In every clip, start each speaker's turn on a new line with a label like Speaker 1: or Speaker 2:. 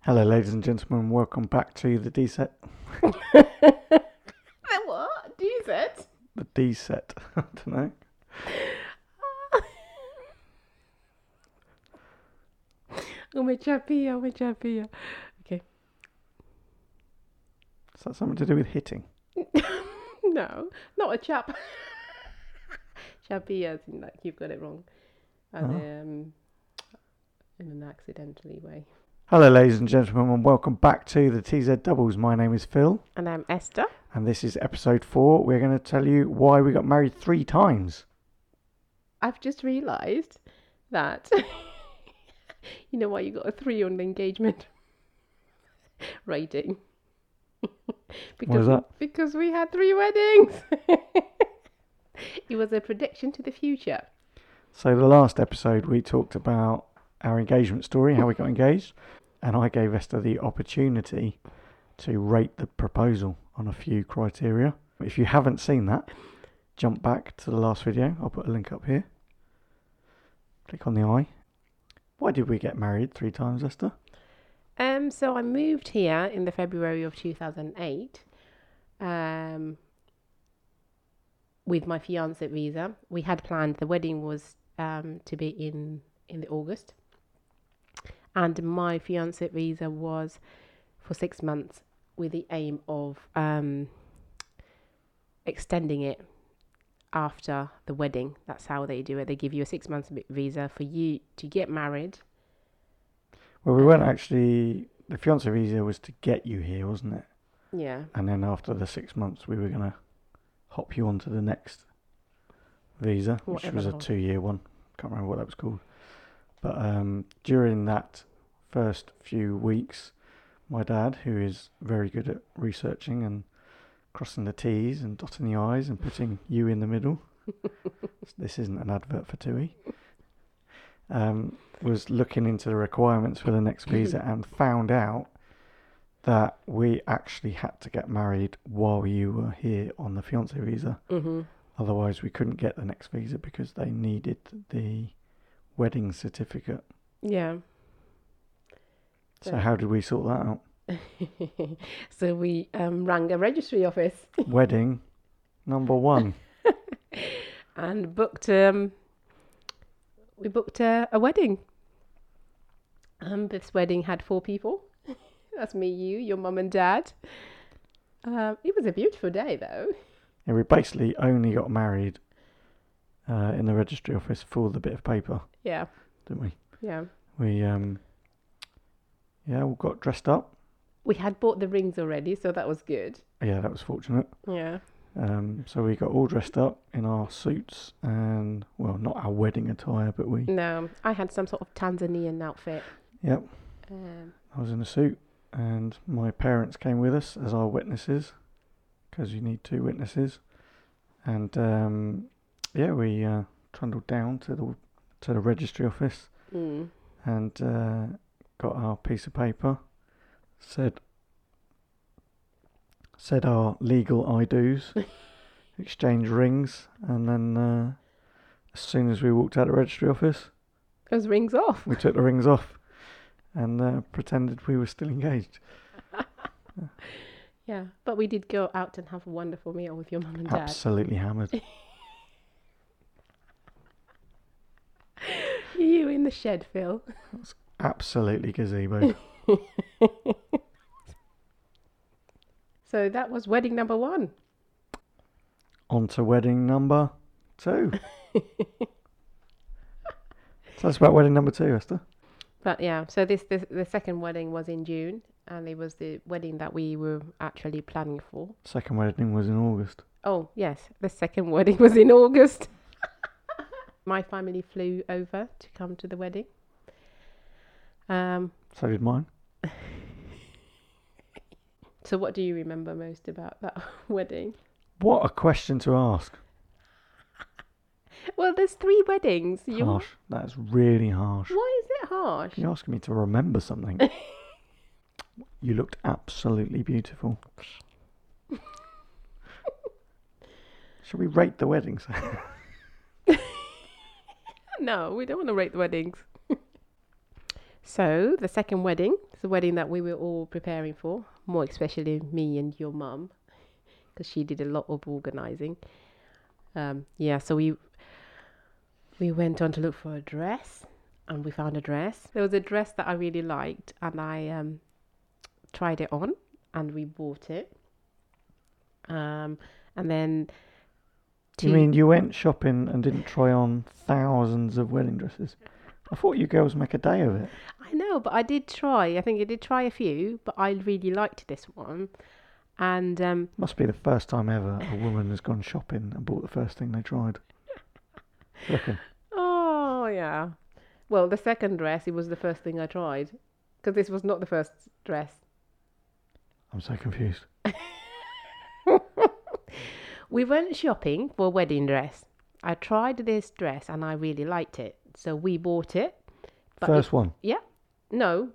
Speaker 1: Hello, ladies and gentlemen. Welcome back to the D set.
Speaker 2: The what? Do you said?
Speaker 1: The D set. I don't know.
Speaker 2: Oh my chappy, oh my chappy.
Speaker 1: Is that something to do with hitting?
Speaker 2: no, not a chap. chappy as in like you've got it wrong. And um in an accidentally way.
Speaker 1: Hello, ladies and gentlemen, and welcome back to the TZ Doubles. My name is Phil,
Speaker 2: And I'm Esther.
Speaker 1: and this is episode four. We're going to tell you why we got married three times.
Speaker 2: I've just realised that you know why you got a three on the engagement rating. because
Speaker 1: was that?
Speaker 2: because we had three weddings. it was a prediction to the future.
Speaker 1: So, the last episode, we talked about our engagement story, how we got engaged, and I gave Esther the opportunity to rate the proposal on a few criteria. If you haven't seen that, jump back to the last video. I'll put a link up here. Click on the eye. Why did we get married three times, Esther?
Speaker 2: Um, so I moved here in the February of 2008 um, with my fiance visa. We had planned the wedding was um, to be in in the August, and my fiance visa was for six months with the aim of um, extending it after the wedding. That's how they do it. They give you a six months visa for you to get married.
Speaker 1: Well, we weren't actually. The fiance visa was to get you here, wasn't it?
Speaker 2: Yeah.
Speaker 1: And then after the six months, we were going to hop you onto the next visa, which
Speaker 2: Whatever
Speaker 1: was a
Speaker 2: that was.
Speaker 1: two year one. Can't remember what that was called. But um, during that first few weeks, my dad, who is very good at researching and crossing the T's and dotting the I's and putting you in the middle, this isn't an advert for TUI, um, was looking into the requirements for the next visa and found out that we actually had to get married while you were here on the fiance visa.
Speaker 2: Mm-hmm.
Speaker 1: Otherwise, we couldn't get the next visa because they needed the wedding certificate.
Speaker 2: Yeah.
Speaker 1: So,
Speaker 2: Yeah.
Speaker 1: how did we sort that out?
Speaker 2: so we um, rang a registry office
Speaker 1: wedding number one.
Speaker 2: and booked um, we booked a, a wedding. Um, this wedding had four people. That's me, you, your mum and dad. Um, it was a beautiful day though.
Speaker 1: Yeah, we basically only got married uh, in the registry office for the bit of paper,
Speaker 2: Yeah,
Speaker 1: didn't we?
Speaker 2: yeah.
Speaker 1: We, um, yeah, all got dressed up.
Speaker 2: We had bought the rings already, so that was good.
Speaker 1: Yeah, that was fortunate.
Speaker 2: Yeah.
Speaker 1: Um, so we got all dressed up in our suits and, well, not our wedding attire, but we,
Speaker 2: No, I had some sort of Tanzanian outfit.
Speaker 1: yep,
Speaker 2: Um,
Speaker 1: I was in a suit and my parents came with us as our witnesses because you need two witnesses. And um, yeah, we uh, trundled down to the to the registry office
Speaker 2: mm.
Speaker 1: and uh, got our piece of paper. Said said our legal I do's, exchanged rings, and then uh, as soon as we walked out of the registry office,
Speaker 2: Those rings off.
Speaker 1: we took the rings off and uh, pretended we were still engaged.
Speaker 2: Yeah, but we did go out and have a wonderful meal with your mum and dad.
Speaker 1: Absolutely hammered.
Speaker 2: You in the shed, Phil.
Speaker 1: Absolutely gazebo.
Speaker 2: So that was wedding number one.
Speaker 1: On to wedding number two. Tell us about wedding number two, Esther.
Speaker 2: But yeah, so this, this the second wedding was in June, and it was the wedding that we were actually planning for.
Speaker 1: Second wedding was in August.
Speaker 2: Oh yes, the second wedding was in August. My family flew over to come to the wedding. Um,
Speaker 1: So did mine.
Speaker 2: so what do you remember most about that wedding?
Speaker 1: What a question to ask.
Speaker 2: Well, there's three weddings. You
Speaker 1: Harsh. That's really harsh.
Speaker 2: why is it harsh?
Speaker 1: You're asking me to remember something. you looked absolutely beautiful. Should we rate the weddings?
Speaker 2: No, we don't want to rate the weddings. So the second wedding, the wedding that we were all preparing for, more especially me and your mum, because she did a lot of organising. Um, yeah, so we we went on to look for a dress, and we found a dress. There was a dress that I really liked, and I um, tried it on, and we bought it. Um, and then,
Speaker 1: Do you
Speaker 2: two-
Speaker 1: mean you went shopping and didn't try on thousands of wedding dresses? I thought you girls make a day of it.
Speaker 2: I know, but I did try. I think I did try a few, but I really liked this one. And um,
Speaker 1: Must be the first time ever a woman has gone shopping and bought the first thing they tried. I reckon.
Speaker 2: oh yeah, well the second dress it was the first thing I tried because this was not the first dress.
Speaker 1: I'm so confused.
Speaker 2: We went shopping for a wedding dress. I tried this dress and I really liked it, so we bought it. But it-
Speaker 1: first one.
Speaker 2: no,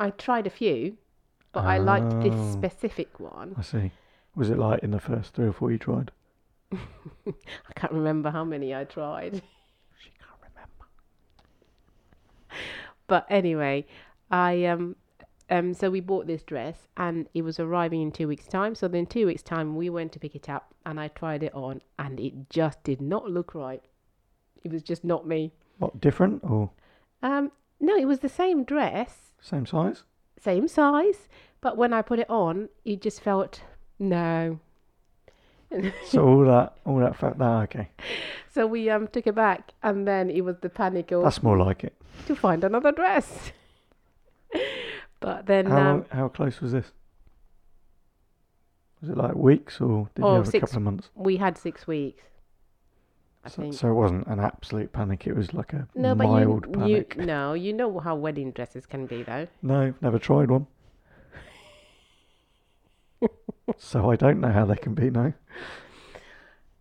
Speaker 2: I tried a few, but I liked this
Speaker 1: Oh.
Speaker 2: specific one.
Speaker 1: I see. Was it like in the first three or four you tried?
Speaker 2: I can't remember how many I tried.
Speaker 1: She can't remember.
Speaker 2: But anyway, I um um so we bought this dress and it was arriving in two weeks' time. So then two weeks' time we went to pick it up and I tried it on and it just did not look right. It was just not me.
Speaker 1: What different or
Speaker 2: Um no, it was the same dress,
Speaker 1: same size?
Speaker 2: same size, but when I put it on, it just felt no.
Speaker 1: So all that, all that fact that okay.
Speaker 2: So we um took it back and then it was the panic of
Speaker 1: That's more like it.
Speaker 2: to find another dress. but then
Speaker 1: How
Speaker 2: um,
Speaker 1: long, how close was this? Was it like weeks or did
Speaker 2: Oh,
Speaker 1: you have a
Speaker 2: six
Speaker 1: couple of months?
Speaker 2: we had six weeks. I
Speaker 1: So,
Speaker 2: think.
Speaker 1: so it wasn't an absolute panic. It was like a
Speaker 2: no, but
Speaker 1: mild
Speaker 2: you,
Speaker 1: panic.
Speaker 2: you no, you know how wedding dresses can be though.
Speaker 1: No, never tried one. so I don't know how they can be. No,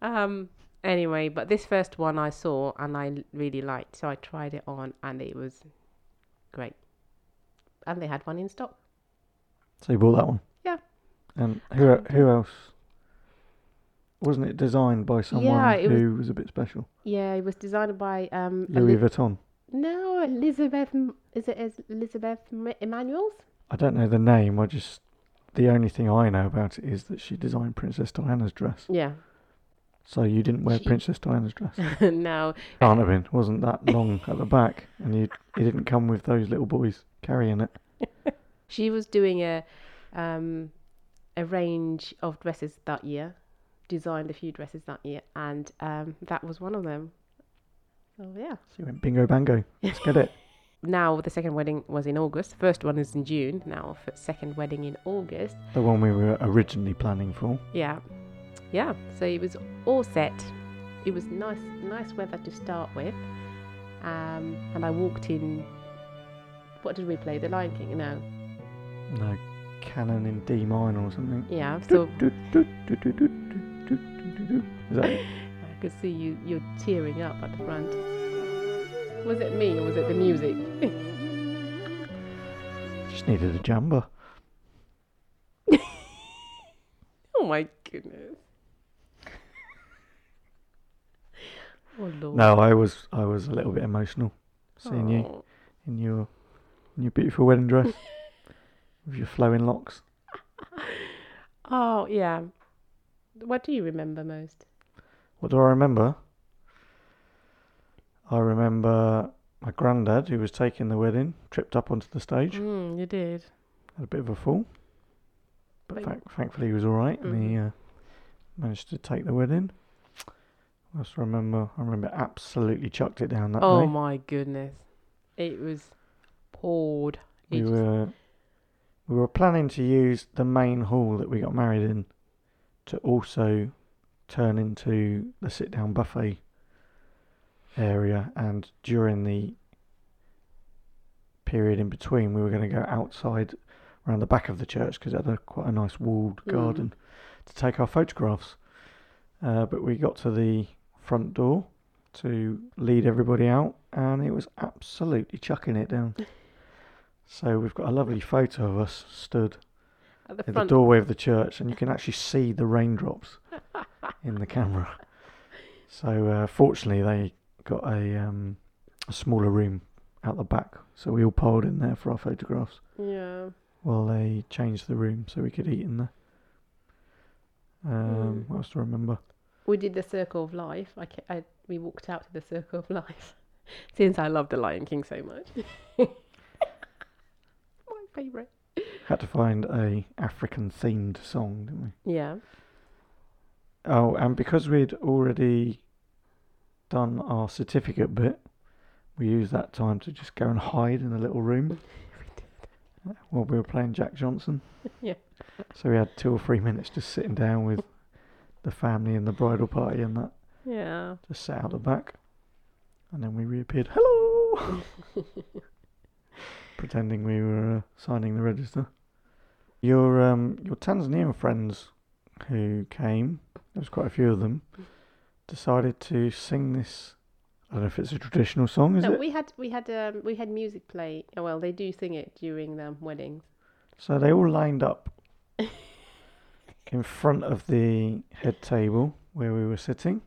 Speaker 2: Um. Anyway, but this first one I saw and I l- really liked, so I tried it on and it was great. And they had one in stock.
Speaker 1: so you bought that one.
Speaker 2: Yeah. Um,
Speaker 1: And who e- who else? Wasn't it designed by someone
Speaker 2: it was-
Speaker 1: who was... a bit special?
Speaker 2: Yeah, it was designed by um.
Speaker 1: Louis
Speaker 2: Eli-
Speaker 1: Vuitton.
Speaker 2: no, Elizabeth. M- Is it Ez- Elizabeth M- Emmanuel's?
Speaker 1: I don't know the name. I just the only thing I know about it is that she designed Princess Diana's dress.
Speaker 2: Yeah.
Speaker 1: So you didn't wear
Speaker 2: She-
Speaker 1: Princess Diana's dress.
Speaker 2: no,
Speaker 1: Can't have been. Wasn't that long at the back, and you it didn't come with those little boys carrying it.
Speaker 2: She was doing a um, a range of dresses that year, designed a few dresses that year, and um, that was one of them. So yeah.
Speaker 1: So you went bingo bango. Let's get it.
Speaker 2: Now the second wedding was in August. First one is in June. Now f- second wedding in August.
Speaker 1: The one we were originally planning for.
Speaker 2: Yeah, yeah. So it was all set. It was nice, nice weather to start with. Um, and I walked in. What did we play? The Lion King. No.
Speaker 1: No, canon in D minor or something.
Speaker 2: Yeah. So
Speaker 1: Doot, doot, doot, doot, doot, doot, doot, doot, doot, doot. Is that it?
Speaker 2: I could see you, you're tearing up at the front. Was it me or was it the music?
Speaker 1: Just needed a jumper.
Speaker 2: Oh my goodness. Oh lord.
Speaker 1: No, I was I was a little bit emotional seeing you
Speaker 2: Oh.
Speaker 1: in your in your beautiful wedding dress with your flowing locks.
Speaker 2: Oh, yeah. What do you remember most?
Speaker 1: What do I remember? I remember my granddad, who was taking the wedding, tripped up onto the stage,
Speaker 2: Mm, you did.
Speaker 1: had a bit of a fall, but
Speaker 2: But-
Speaker 1: thank- thankfully he was all right, and
Speaker 2: Mm-hmm.
Speaker 1: he uh, managed to take the wedding. I also remember, I remember, absolutely chucked it down that
Speaker 2: oh
Speaker 1: day.
Speaker 2: my goodness. It was poured. It
Speaker 1: We
Speaker 2: just-
Speaker 1: were we were planning to use the main hall that we got married in to also turn into the sit down buffet area and during the period in between we were going to go outside around the back of the church because it had a, quite a nice walled
Speaker 2: Mm.
Speaker 1: garden to take our photographs uh, but we got to the front door to lead everybody out, and it was absolutely chucking it down. So we've got a lovely photo of us stood
Speaker 2: at the
Speaker 1: in
Speaker 2: front.
Speaker 1: the doorway of the church, and you can actually see the raindrops in the camera. So uh, fortunately, they got a, um, a smaller room out the back, so we all piled in there for our photographs
Speaker 2: Yeah.
Speaker 1: while they changed the room so we could eat in there. Um,
Speaker 2: Mm.
Speaker 1: What else do I remember?
Speaker 2: We did the Circle of Life. I, ca- I we walked out to the Circle of Life. Since I love The Lion King so much. My favorite.
Speaker 1: Had to find a African themed song, didn't we?
Speaker 2: Yeah.
Speaker 1: Oh, and because we'd already done our certificate bit, we used that time to just go and hide in a little room while we were playing Jack Johnson.
Speaker 2: Yeah.
Speaker 1: So we had two or three minutes just sitting down with the family and the bridal party and that,
Speaker 2: Yeah.
Speaker 1: just sat out the back. And then we reappeared, hello! Pretending we were uh, signing the register. Your, um, your Tanzanian friends who came, there was quite a few of them,
Speaker 2: Mm.
Speaker 1: decided to sing this. I don't know if it's a traditional song, is
Speaker 2: no,
Speaker 1: it?
Speaker 2: we had we had um, we had music play. Oh, well, they do sing it during um, weddings.
Speaker 1: So they all lined up in front of the head table where we were sitting,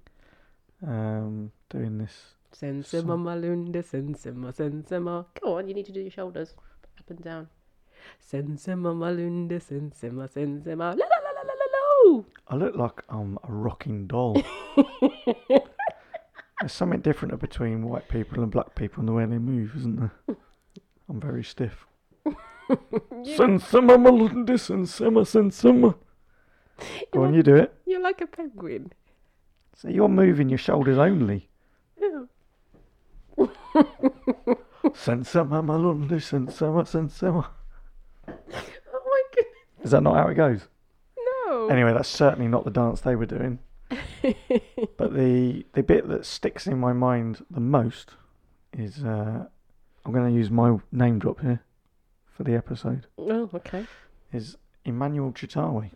Speaker 1: um, doing this.
Speaker 2: Sensima malunda, sensima, sensima. Go on, you need to do your shoulders up and down. Sensima malunda, sensima, sensima. La la la la la la la.
Speaker 1: I look like I'm a rocking doll. There's something different between white people and black people and the way they move, isn't there? I'm very stiff. Sensima malundi, sensima, sensima. Go on, you do it.
Speaker 2: You're like a penguin.
Speaker 1: So you're moving your shoulders only.
Speaker 2: Yeah.
Speaker 1: Sensima malundi, sensima, sensima.
Speaker 2: Oh my goodness.
Speaker 1: Is that not how it goes?
Speaker 2: No.
Speaker 1: Anyway, that's certainly not the dance they were doing. but the the bit that sticks in my mind the most is uh, I'm going to use my name drop here for the episode
Speaker 2: Oh, okay.
Speaker 1: is Emmanuel Chitawe.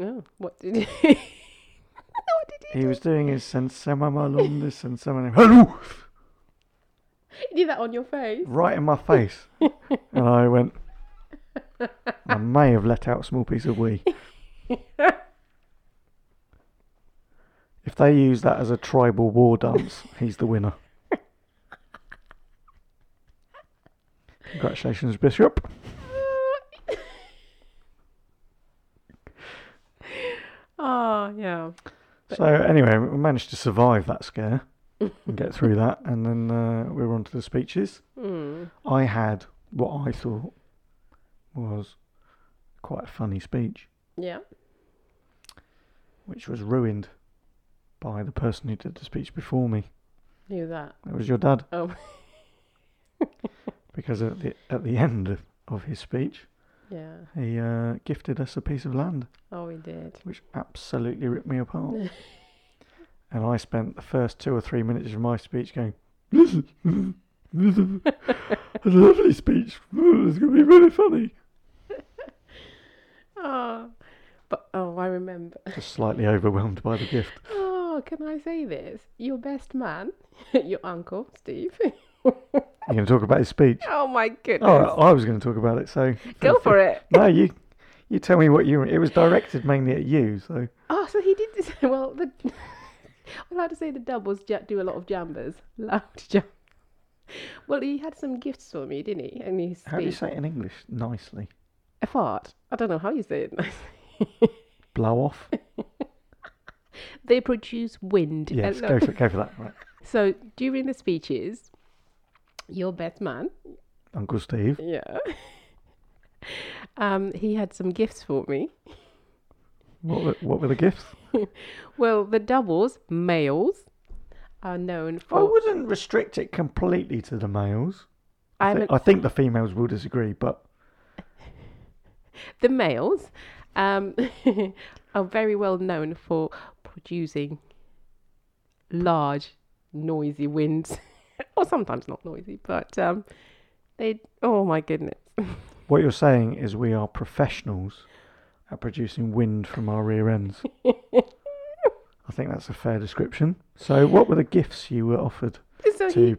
Speaker 2: Oh, what did he? what did he?
Speaker 1: He was doing his sensema malum this and someone hello
Speaker 2: He did that on your face.
Speaker 1: right in my face, and I went. I may have let out a small piece of wee. If they use that as a tribal war dance, he's the winner. Congratulations, Bishop.
Speaker 2: oh yeah.
Speaker 1: So anyway, we managed to survive that scare and get through that, and then uh, we were on to the speeches.
Speaker 2: Mm.
Speaker 1: I had what I thought was quite a funny speech,
Speaker 2: Yeah.
Speaker 1: which was ruined by the person who did the speech before me.
Speaker 2: Knew that.
Speaker 1: It was your dad.
Speaker 2: Oh.
Speaker 1: because at the at the end of, of his speech,
Speaker 2: Yeah.
Speaker 1: he uh, gifted us a piece of land,
Speaker 2: Oh, we did.
Speaker 1: which absolutely ripped me apart. and I spent the first two or three minutes of my speech going, "This is this is a lovely speech. It's going to be really funny."
Speaker 2: Oh, but oh, I remember.
Speaker 1: Just slightly overwhelmed by the gift.
Speaker 2: Oh, can I say this? Your best man, your uncle Steve.
Speaker 1: You're going to talk about his speech.
Speaker 2: oh my goodness.
Speaker 1: Oh, I I was going to talk about it. So
Speaker 2: Go for it.
Speaker 1: No, you you tell me what you. It was directed mainly at you, so
Speaker 2: Oh, so he did this. Well, the I like to say the doubles ja- do a lot of jambers, loud jam. Well, he had some gifts for me, didn't he? And he
Speaker 1: how do you
Speaker 2: speaks
Speaker 1: say it in English nicely?
Speaker 2: a fart. I don't know how you say it.
Speaker 1: Blow off.
Speaker 2: they produce wind.
Speaker 1: Yes,
Speaker 2: and-
Speaker 1: go for go for that. Right.
Speaker 2: So during the speeches, your best man,
Speaker 1: Uncle Steve.
Speaker 2: yeah, um, he had some gifts for me.
Speaker 1: What were, what were the gifts?
Speaker 2: Well, the doubles, males, are known for.
Speaker 1: I wouldn't restrict it completely to the males. I,
Speaker 2: I'm
Speaker 1: thi-
Speaker 2: an-
Speaker 1: I think the females will disagree, but
Speaker 2: the males um, are very well known for producing large, noisy winds, or sometimes not noisy, but um, they. Oh my goodness!
Speaker 1: what you're saying is we are professionals at producing wind from our rear ends. I think that's a fair description. So, what were the gifts you were offered
Speaker 2: So he,
Speaker 1: to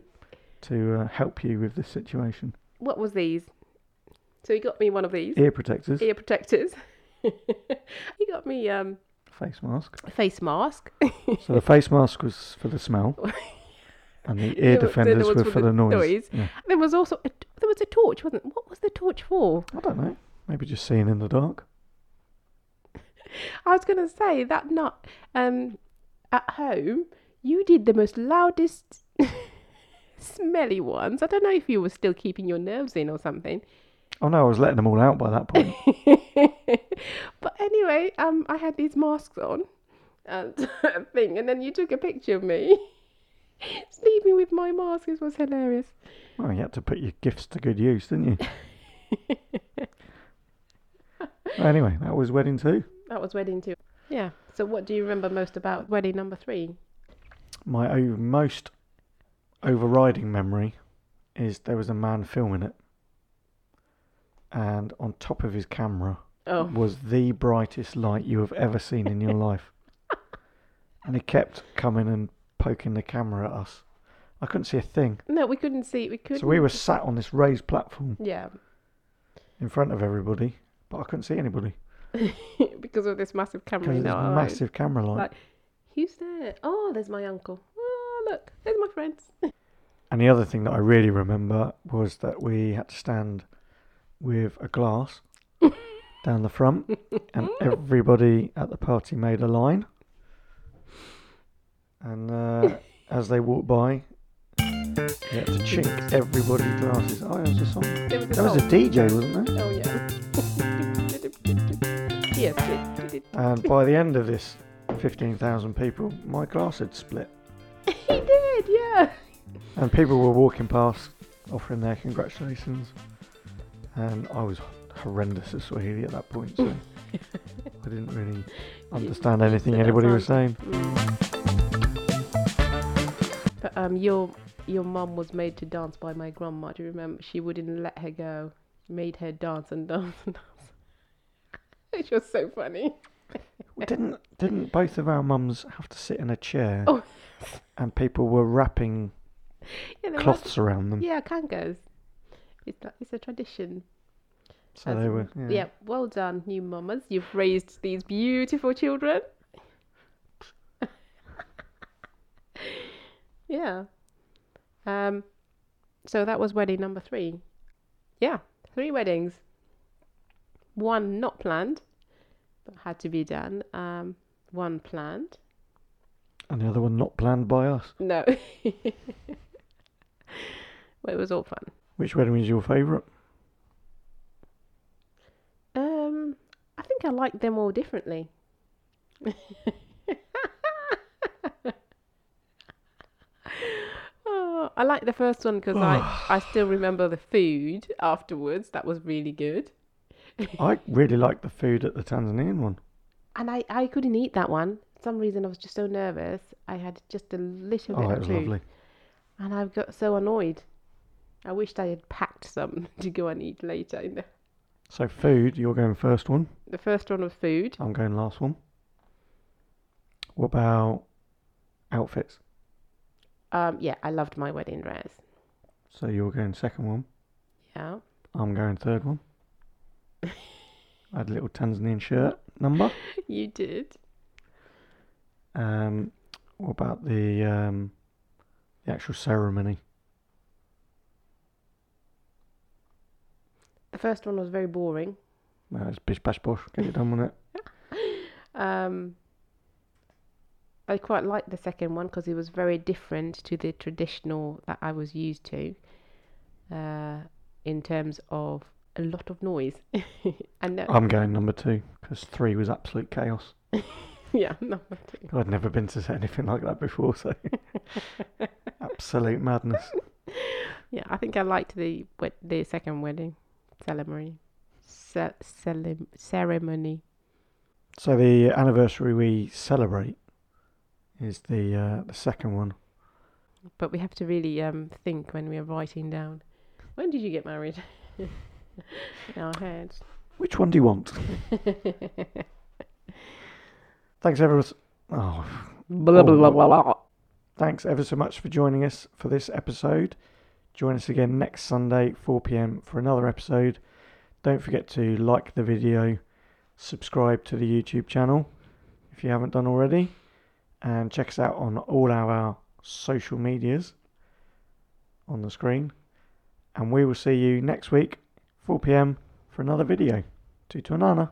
Speaker 1: to uh, help you with this situation?
Speaker 2: what was these? So he got me one of these
Speaker 1: Ear protectors,
Speaker 2: ear protectors. he got me um,
Speaker 1: face mask.
Speaker 2: a face mask.
Speaker 1: So the face mask was for the smell. and the
Speaker 2: They
Speaker 1: ear
Speaker 2: were- they're
Speaker 1: defenders
Speaker 2: ones
Speaker 1: were
Speaker 2: with
Speaker 1: for the, noise. Yeah.
Speaker 2: There was also a, there was a torch, wasn't? What was the torch for?
Speaker 1: I don't know. Maybe just seeing in the dark.
Speaker 2: I was going to say that not um, at home. You did the most loudest, smelly ones. I don't know if you were still keeping your nerves in or something.
Speaker 1: Oh no, I was letting them all out by that point.
Speaker 2: but anyway, um, I had these masks on and thing, and then you took a picture of me sleeping with my mask. This was hilarious.
Speaker 1: well, you had to put your gifts to good use, didn't you? anyway, that was wedding two.
Speaker 2: That was wedding two. Yeah. So, what do you remember most about wedding number three?
Speaker 1: My o- most overriding memory is there was a man filming it, and on top of his camera
Speaker 2: Oh,
Speaker 1: was the brightest light you have ever seen in your life. And he kept coming and poking the camera at us. I couldn't see a thing.
Speaker 2: no, we couldn't see. We couldn't.
Speaker 1: So we were sat on this raised platform
Speaker 2: Yeah,
Speaker 1: in front of everybody, but I couldn't see anybody
Speaker 2: because of this massive camera
Speaker 1: because of
Speaker 2: in
Speaker 1: this
Speaker 2: our eyes.
Speaker 1: massive camera light.
Speaker 2: Like- Who's there? Oh, there's my uncle. Oh, look, there's my friends.
Speaker 1: And the other thing that I really remember was that we had to stand with a glass down the front, and everybody at the party made a line. And uh, as they walked by, you had to chink everybody's glasses. Oh, that was a song.
Speaker 2: There was a
Speaker 1: That was a
Speaker 2: song.
Speaker 1: DJ, wasn't there?
Speaker 2: Oh yeah. yes. it-
Speaker 1: And by the end of this, 15,000 people, my glass had split.
Speaker 2: He did, yeah.
Speaker 1: And people were walking past, offering their congratulations. And I was horrendous at Swahili at that point, so I didn't really understand anything
Speaker 2: put that
Speaker 1: anybody was
Speaker 2: on.
Speaker 1: saying.
Speaker 2: But um, your your mum was made to dance by my grandma. Do you remember? She wouldn't let her go. Made her dance and dance and dance. It was so funny.
Speaker 1: Well, Didn't didn't both of our mums have to sit in a chair?
Speaker 2: Oh.
Speaker 1: And people were wrapping
Speaker 2: Yeah, there was-
Speaker 1: cloths around them,
Speaker 2: yeah, kangas. It's like, it's a tradition.
Speaker 1: so they were.
Speaker 2: Yeah.
Speaker 1: Yeah.
Speaker 2: well done, you mamas. You've raised these beautiful children. yeah. Um, so that was wedding number three. Yeah, three weddings. One not planned, but had to be done. Um, one planned.
Speaker 1: And the other one not planned by us.
Speaker 2: No. well, it was all fun.
Speaker 1: Which wedding was your favourite?
Speaker 2: Um, I think I like them all differently. oh, I like the first one because I, I still remember the food afterwards. That was really good.
Speaker 1: I really liked the food at the Tanzanian one.
Speaker 2: And I, I couldn't eat that one. For some reason, I was just so nervous. I had just a little bit
Speaker 1: Oh,
Speaker 2: of
Speaker 1: it was
Speaker 2: food.
Speaker 1: lovely.
Speaker 2: And I got so annoyed. I wished I had packed some to go and eat later. In the,
Speaker 1: So food, you're going first one.
Speaker 2: the first one was food.
Speaker 1: I'm going last one. What about outfits?
Speaker 2: Um, yeah, I loved my wedding dress.
Speaker 1: So you're going second one.
Speaker 2: Yeah.
Speaker 1: I'm going third one. I had a little Tanzanian shirt number.
Speaker 2: You did.
Speaker 1: Um, what about the um, the actual ceremony?
Speaker 2: The first one was very boring.
Speaker 1: No, it's bish bash bosh. Get it done with it.
Speaker 2: Um, I quite liked the second one because it was very different to the traditional that I was used to uh, in terms of a lot of noise. and uh, no,
Speaker 1: I'm going number two because three was absolute chaos.
Speaker 2: yeah, number two.
Speaker 1: I'd never been to anything like that before, so absolute madness.
Speaker 2: Yeah, I think I liked the wed- the second wedding ceremony. Ce- celem- ceremony.
Speaker 1: So the anniversary we celebrate is the uh, the second one.
Speaker 2: But we have to really um, think when we are writing down. When did you get married? in our heads.
Speaker 1: Which one do you want? Thanks ever. s- Oh,
Speaker 2: Blah,
Speaker 1: blah,
Speaker 2: blah, blah.
Speaker 1: thanks ever so much for joining us for this episode. Join us again next Sunday, 4 p.m. for another episode. Don't forget to like the video, subscribe to the YouTube channel if you haven't done already, and check us out on all our social medias. on the screen. And we will see you next week, 4 pm, for another video. Tutu Anana.